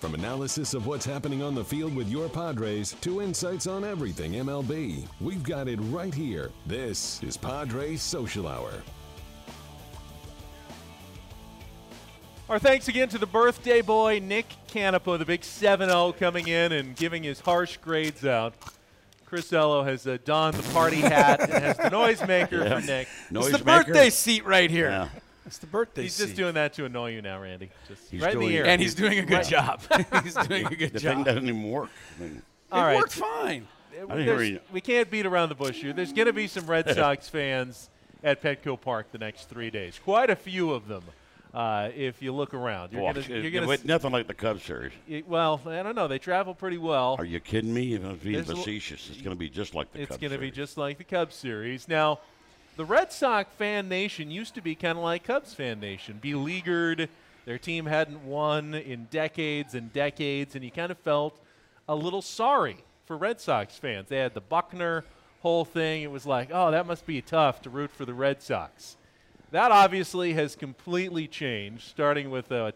From analysis of what's happening on the field with your Padres to insights on everything MLB, we've got it right here. This is Padres Social Hour.
Our thanks again to the birthday boy, Nick Canepa, the big 7 0 coming in and giving his harsh grades out. Chris Ello has uh, donned the party hat and has the noisemaker for Nick.
Noise
It's the
maker.
birthday seat right here.
Yeah.
It's the birthday
He's
seat.
just doing that to annoy you now, Randy. Just
He's
right in the
doing-
ear.
and he's doing a good job. he's doing a good
The
job.
thing doesn't even work. I mean,
All
it
right.
worked fine.
I didn't hear
There's-
you.
we can't beat around the bush here. There's going to be some Red Sox fans at Petco Park the next three days. Quite a few of them, uh, if you look around. You're
boy,
gonna-
it-
you're gonna
it- nothing like the Cubs series.
s- well, I don't know. They travel pretty well.
Are you kidding me? If I was being
There's a-
facetious, it's going to be just like the
it's
Cubs
going to be
series.
just like the Cubs series. Now, the Red Sox fan nation used to be kind of like Cubs fan nation, beleaguered Their team hadn't won in decades and decades, and you kind of felt a little sorry for Red Sox fans. They had the Buckner whole thing. It was like, oh, that must be tough to root for the Red Sox. That obviously has completely changed, starting with uh,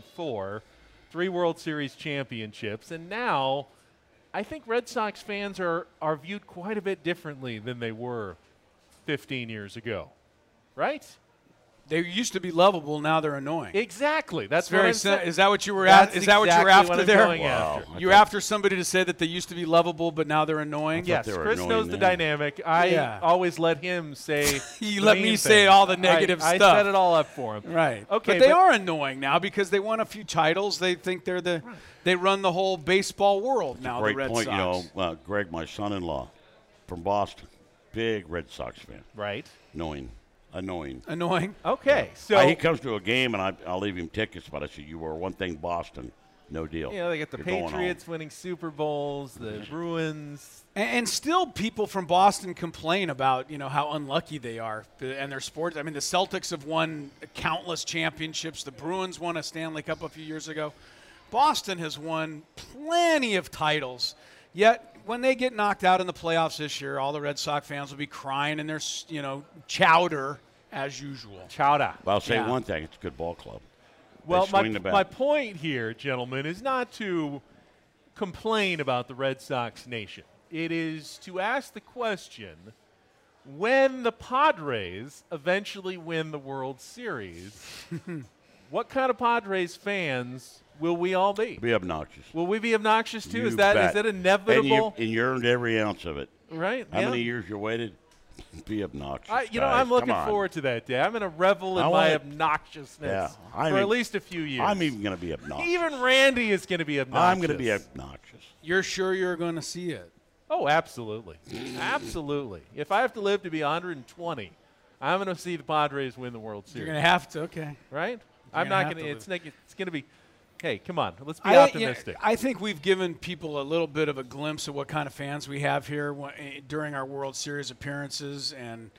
2004, three World Series championships, and now I think Red Sox fans are, are viewed quite a bit differently than they were 15 years ago, right?
They used to be lovable. Now they're annoying.
Exactly. That's
It's
what
very.
I'm
Sen-
saying.
is that what you were
That's
at? Is that what you're
exactly
after
what I'm
there?
going Wow. after.
You're after somebody to say that they used to be lovable, but now they're annoying.
Yes,
they were
Chris
annoying
knows the
then.
dynamic. I
Yeah.
always let him say.
You
the
let
mean
me say
things.
all the
I-
negative
I,
stuff.
set it all up for him.
Right.
Okay,
But they
but-
are annoying now because they won a few titles. They think they're the. They run the whole baseball world now.
Great
the Red
point,
Sox.
you know, uh, Greg, my son-in-law from Boston, big Red Sox fan,
Right.
annoying, annoying.
Annoying.
Okay. So
Uh, he comes to a game and I, I'll leave him tickets, but I said, "You were one thing, Boston, no deal."
you know they got the
You're going home."
Patriots winning Super Bowls, the Bruins.
And, and still, people from Boston complain about you know how unlucky they are uh, and their sports. I mean, the Celtics have won countless championships. The Bruins won a Stanley Cup a few years ago. Boston has won plenty of titles, yet. When they get knocked out in the playoffs this year, all the Red Sox fans will be crying in their, s- you know, chowder as usual.
Chowda.
Well, I'll say
Yeah.
one thing: it's a good ball club.
Well, my,
swing the bat.
my point here, gentlemen, is not to complain about the Red Sox nation. It is to ask the question when the Padres eventually win the World Series, what kind of Padres fans will we all be?
Be obnoxious.
Will we be obnoxious too?
You
is that is
bet.
that inevitable?
And you, and you earned every ounce of it.
right?
How
yeah.
many years you waited? Be obnoxious.
I, you know,
guys.
I'm looking
Come on.
forward to that day. I'm going to revel in
I
my
want-
obnoxiousness
Yeah,
for
I'm
at
in-
least a few years.
I'm even going to be obnoxious.
Even Randy is going to be obnoxious.
I'm going to be obnoxious.
You're sure you're going to see it?
Oh, absolutely. absolutely. If I have to live to be 120, I'm going to see the Padres win the World
You're
Series,
going to have to. Okay.
right? I'm
gonna
not
have
going to
to
it's not, it's going to be Hey, come on. Let's be
I, yeah,
optimistic.
I think we've given people a little bit of a glimpse of what kind of fans we have here wh- eh, during our World Series appearances and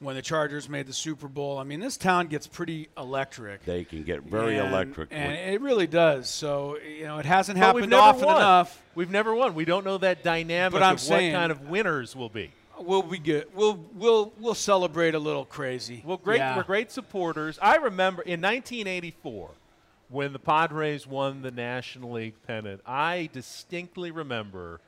when the Chargers made the Super Bowl. I mean, this town gets pretty electric.
They can get very
And-
electric.
And it really does. So, you know, it hasn't
But
happened often
won.
enough.
We've never won. We don't know that dynamic
But I'm
of
saying-
what kind of winners will be.
We'll be good. We'll we'll we'll celebrate a little crazy.
Well, great.
Yeah.
We're great supporters. I remember in 1984 when the Padres won the National League pennant. I distinctly remember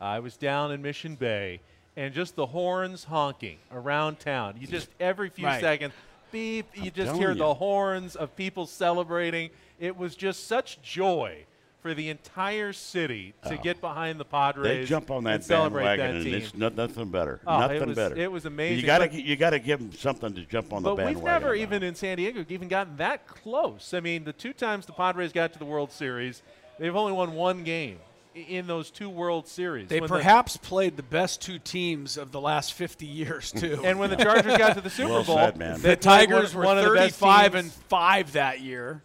I was down in Mission Bay and just the horns honking around town. You just every few
Right.
seconds, beep. You just
telling
hear
you.
the horns of people celebrating. It was just such joy. For the entire city to get behind the Padres,
Oh. They jump on
and
that
celebrate
bandwagon,
that
and
team.
it's no, nothing better.
Oh, it
nothing
was-
better.
it was amazing,
You got
but-
to you got to give them something to jump on the
But
bandwagon.
we've never
on.
even in San Diego even gotten that close. I mean, the two times the Padres got to the World Series, they've only won one game i- in those two World Series.
they
When the-
perhaps played the best two teams of the last 50 years too.
and when the Chargers got to the Super
Well
Bowl,
said, man.
they
the
played
Tigers
one,
were
one of the best
35
teams.
and 5 that year,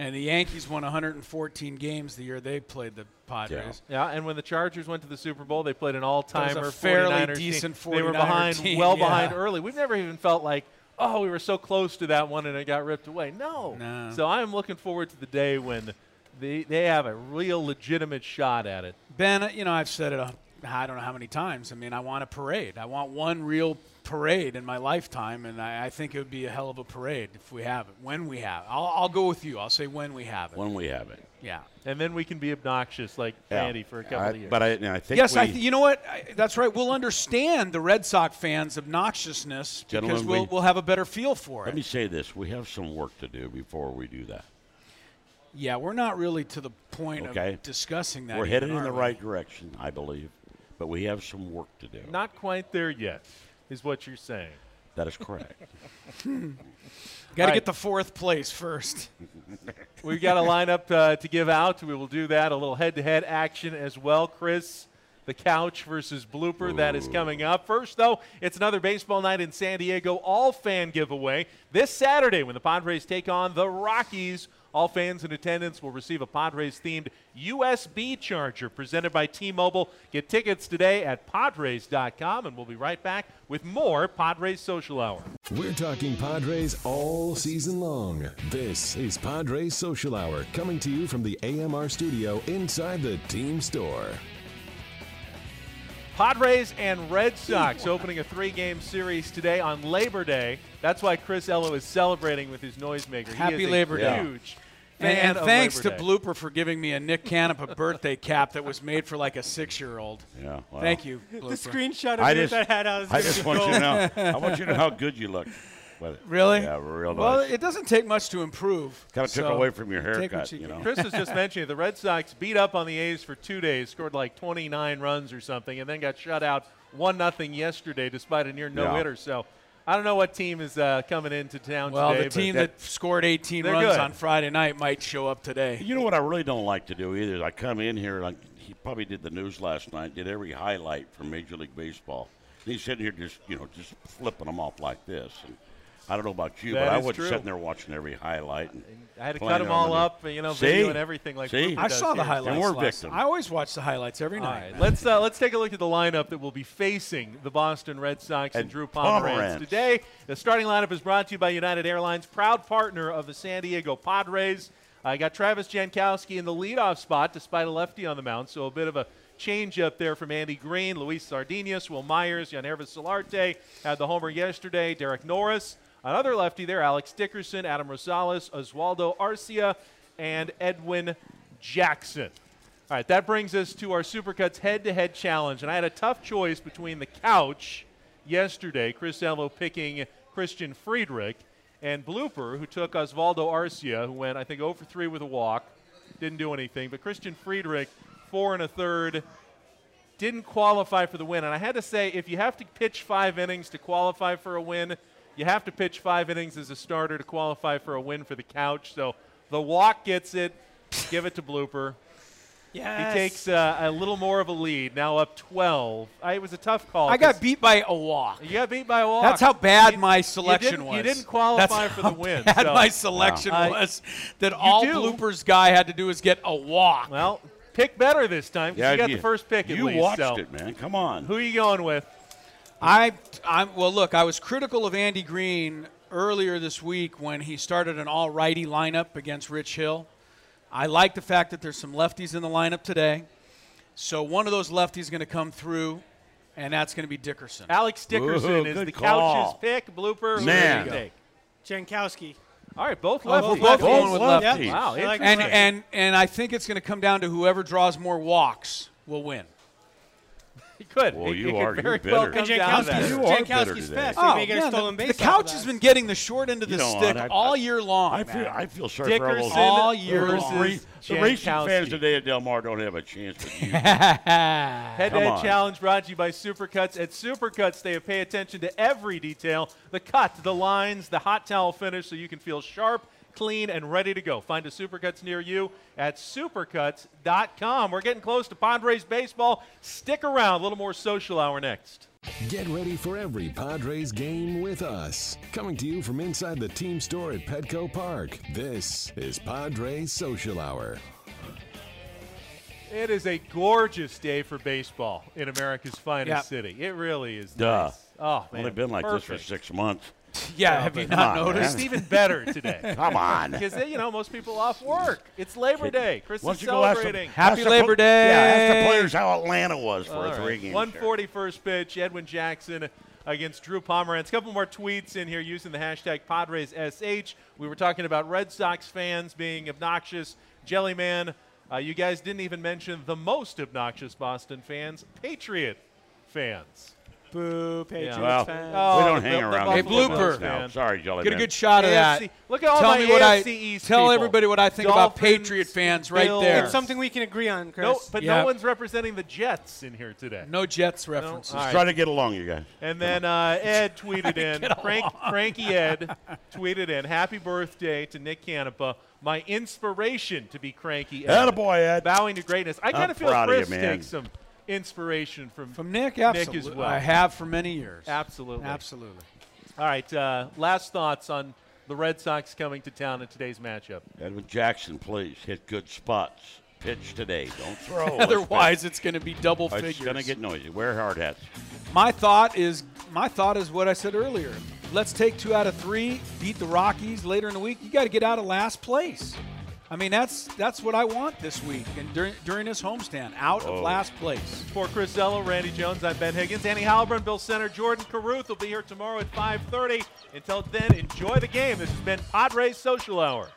and the Yankees won 114 games the year they played the Padres.
Yeah, and when the Chargers went to the Super Bowl, they played an all-timer
That was a fairly
49ers team.
decent
They were
49er
behind,
team,
well
yeah.
behind early. We've never even felt like, oh, we were so close to that one and it got ripped away. No.
No.
So I am looking forward to the day when they, they have a real legitimate shot at it.
Ben, you know I've said it. uh, I don't know how many times. I mean, I want a parade. I want one real parade in my lifetime, and I, I think it would be a hell of a parade if we have it. When we have, it. I'll, I'll go with you. I'll say when we have it.
when we have it.
yeah.
and then we can be obnoxious like
Yeah.
Randy for a couple
I-
of years.
But I, and I think
Yes,
we,
I th- you know what? I, that's right. We'll understand the Red Sox fans' obnoxiousness because
Gentlemen,
we'll,
we-
we'll have a better feel for it.
Let me say this: we have some work to do before we do that.
Yeah, we're not really to the point
Okay.
of discussing that.
We're
even,
headed in
are
the
we?
right direction, I believe, but we have some work to do.
Not quite there yet, is what you're saying.
That is correct.
Got to
Right.
get the fourth place first.
We've got a lineup uh, to give out. We will do that. A little head to head action as well, Chris. The couch versus blooper, that is coming up. First, though, it's another baseball night in San Diego, all fan giveaway this Saturday when the Padres take on the Rockies All fans in attendance will receive a Padres themed USB charger presented by T Mobile. Get tickets today at Padres.com, and we'll be right back with more Padres Social Hour.
We're talking Padres all season long. This is Padres Social Hour coming to you from the AMR studio inside the team store.
Padres and Red Sox opening a three game series today on Labor Day. That's why Chris Ello is celebrating with his noisemaker. he
Happy
is a
Labor Day.
Huge.
And,
fan
and
of
thanks
Labor
to
Day.
Blooper for giving me a Nick Canapa birthday cap that was made for like a six-year-old.
Yeah, wow.
Thank you,
The
Blooper.
screenshot of
I
you
just,
with that hat on. is
I
gonna
just
be
want you to
gold.
know. I want you to know how good you look. But-
Really?
Yeah, real nice.
Well, it doesn't take much to improve.
kind of took
so
away from your
take what
haircut,
you
you
can.
know.
Chris was just mentioning the Red Sox beat up on the A's for two days, scored like 29 runs or something, and then got shut out 1 nothing yesterday despite a near no
Yeah.
hitter. So I don't know what team is uh, coming into town
Well,
today.
the
but
team that, scored 18
They're
runs
good.
on Friday night might show up today.
You know what I really don't like to do either. is I come in here and I, he probably did the news last night. Did every highlight from Major League Baseball. And he's sitting here just you know just flipping them off like this. And I don't know about you,
That
but I
is
wasn't
true.
sitting there watching every highlight. And
I had to cut
playing
them
on
all
the-
up, you know,
See?
video and everything like
See?
Rupert
I
does
saw the
here.
highlights.
And we're
last-
victims.
I always watch the highlights every
All
night.
right, let's uh, let's take a look at the lineup that will be facing the Boston Red Sox and,
And
Drew
Pomeranz.
Pomeranz today. The starting lineup is brought to you by United Airlines, proud partner of the San Diego Padres. I got Travis Jankowski in the leadoff spot, despite a lefty on the mound, so a bit of a change up there from Andy Green, Luis Sardinius, Will Myers, Yanervis Solarte had the homer yesterday. Derek Norris, another lefty there, Alex Dickerson, Adam Rosales, Oswaldo Arcia, and Edwin Jackson. All right, that brings us to our Supercuts head to head challenge. And I had a tough choice between the couch yesterday, Chris Ello picking Christian Friedrich, and Blooper, who took Osvaldo Arcia, who went, I think, 0 for 3 with a walk, didn't do anything. But Christian Friedrich, four and a third, didn't qualify for the win. And I had to say, if you have to pitch five innings to qualify for a win, you have to pitch five innings as a starter to qualify for a win for the couch. So the walk gets it. Give it to Blooper. He
Yes.
takes uh, a little more of a lead, now up 12. I, it was a tough call.
I got
'cause
beat by a walk.
You got beat by a walk.
That's how bad
You-
my
you
selection
didn't-
was.
You didn't qualify
That's
for the
how
win.
Bad
so-
my selection
Wow. I-
was that all
do.
bloopers guy had to do was get a walk.
well, pick better this time 'cause you got the first pick at
You
least.
watched
so.
it, man. Come on.
Who are you going with?
I, I'm, well, look, I was critical of Andy Green earlier this week when he started an all righty lineup against Rich Hill. I like the fact that there's some lefties in the lineup today. So one of those lefties is going to come through, and that's going to be Dickerson.
Alex Dickerson
Ooh,
is
good
the
call.
couch's pick. Blooper. Who
Man.
do you take?
Jankowski.
All right, both
we're
left.
Oh, both going with
lefties.
Yep.
Wow,
I like
And,
that.
and, and I think it's going to come down to whoever draws more walks will win.
He could.
Well,
It-
you
it
are-
could
you're
very
bitter.
well come
and
down
Jankowski's,
to that.
You are bitter
Jankowski's
today.
fast.
Oh,
so he may get
man,
a stolen
the, the
base off of
couch
that.
has been getting the short end of the
You know what?
stick
I-
all year long.
I feel,
man.
I feel sorry for all
Dickerson
those.
All year
those
long.
re- the racing
Jankowski.
fans today at Del Mar don't have a chance with you.
Head to
Come
head
on.
challenge brought to you by Supercuts. At Supercuts, they pay attention to every detail the cut, the lines, the hot towel finish, so you can feel sharp, clean, and ready to go. Find a Supercuts near you at supercuts.com. We're getting close to Padres baseball. Stick around. A little more social hour next.
Get ready for every Padres game with us. Coming to you from inside the team store at Petco Park, this is Padres Social Hour.
It is a gorgeous day for baseball in America's finest
Yeah.
city. It really is.
Duh.
Nice. Oh, man.
Only been like this for
perfect.
six months.
yeah, have you
Come
not
on, man.
noticed?
It's even better today.
Come on.
Because you know most people off work. It's Labor Day. Chris
Why
is
don't you go ask the-
celebrating.
Happy
ask the
Labor
pl- Yeah, ask
Day.
the players how Atlanta was for
All
a
right.
three-game.
140 first pitch, Edwin Jackson against Drew Pomeranz. A couple more tweets in here using the hashtag PadresSH. We were talking about Red Sox fans being obnoxious. Jellyman, uh, you guys didn't even mention the most obnoxious Boston fans, Patriot fans.
Boo, Patriots
Yeah.
Well,
fans.
Oh,
we don't
the-
hang
the
around.
Hey,
with them
blooper.
much Now.
Man.
Sorry, Jelly.
Get a
Man.
good shot of that.
AFC Look at all
tell
my
me what
AFC
I,
East
Tell
people.
everybody what I think about
Dolphins,
Patriot fans
Bills.
right there.
It's something we can agree on, Chris.
No, but
Yeah.
no one's representing the Jets in here today.
no Jets references.
all right.
Try to get along, you guys.
And then uh, Ed tweeted in, Frank, Frankie Ed tweeted in, happy birthday to Nick Canepa, my inspiration to be cranky Ed.
Attaboy, Ed.
Bowing to greatness. I kind of feel
proud of you,
Chris
man.
takes some inspiration from,
From Nick,
Nick
absolutely.
as well.
I have for many years.
Absolutely.
Absolutely.
All right, uh, last thoughts on the Red Sox coming to town in today's matchup.
Edwin Jackson, please hit good spots. Pitch today. Don't throw.
Otherwise, it's going to be double
it's
figures.
gonna get noisy. Wear hard hats.
My thought is my thought is what I said earlier. Let's take two out of three, beat the Rockies later in the week. You got to get out of last place. I mean, that's that's what I want this week and during during this homestand, out of last place.
For Chris Zello, Randy Jones, I'm Ben Higgins, Annie Halbrin, Bill Center, Jordan Caruth will be here tomorrow at 5:30. Until then, enjoy the game. This has been Padres Social Hour.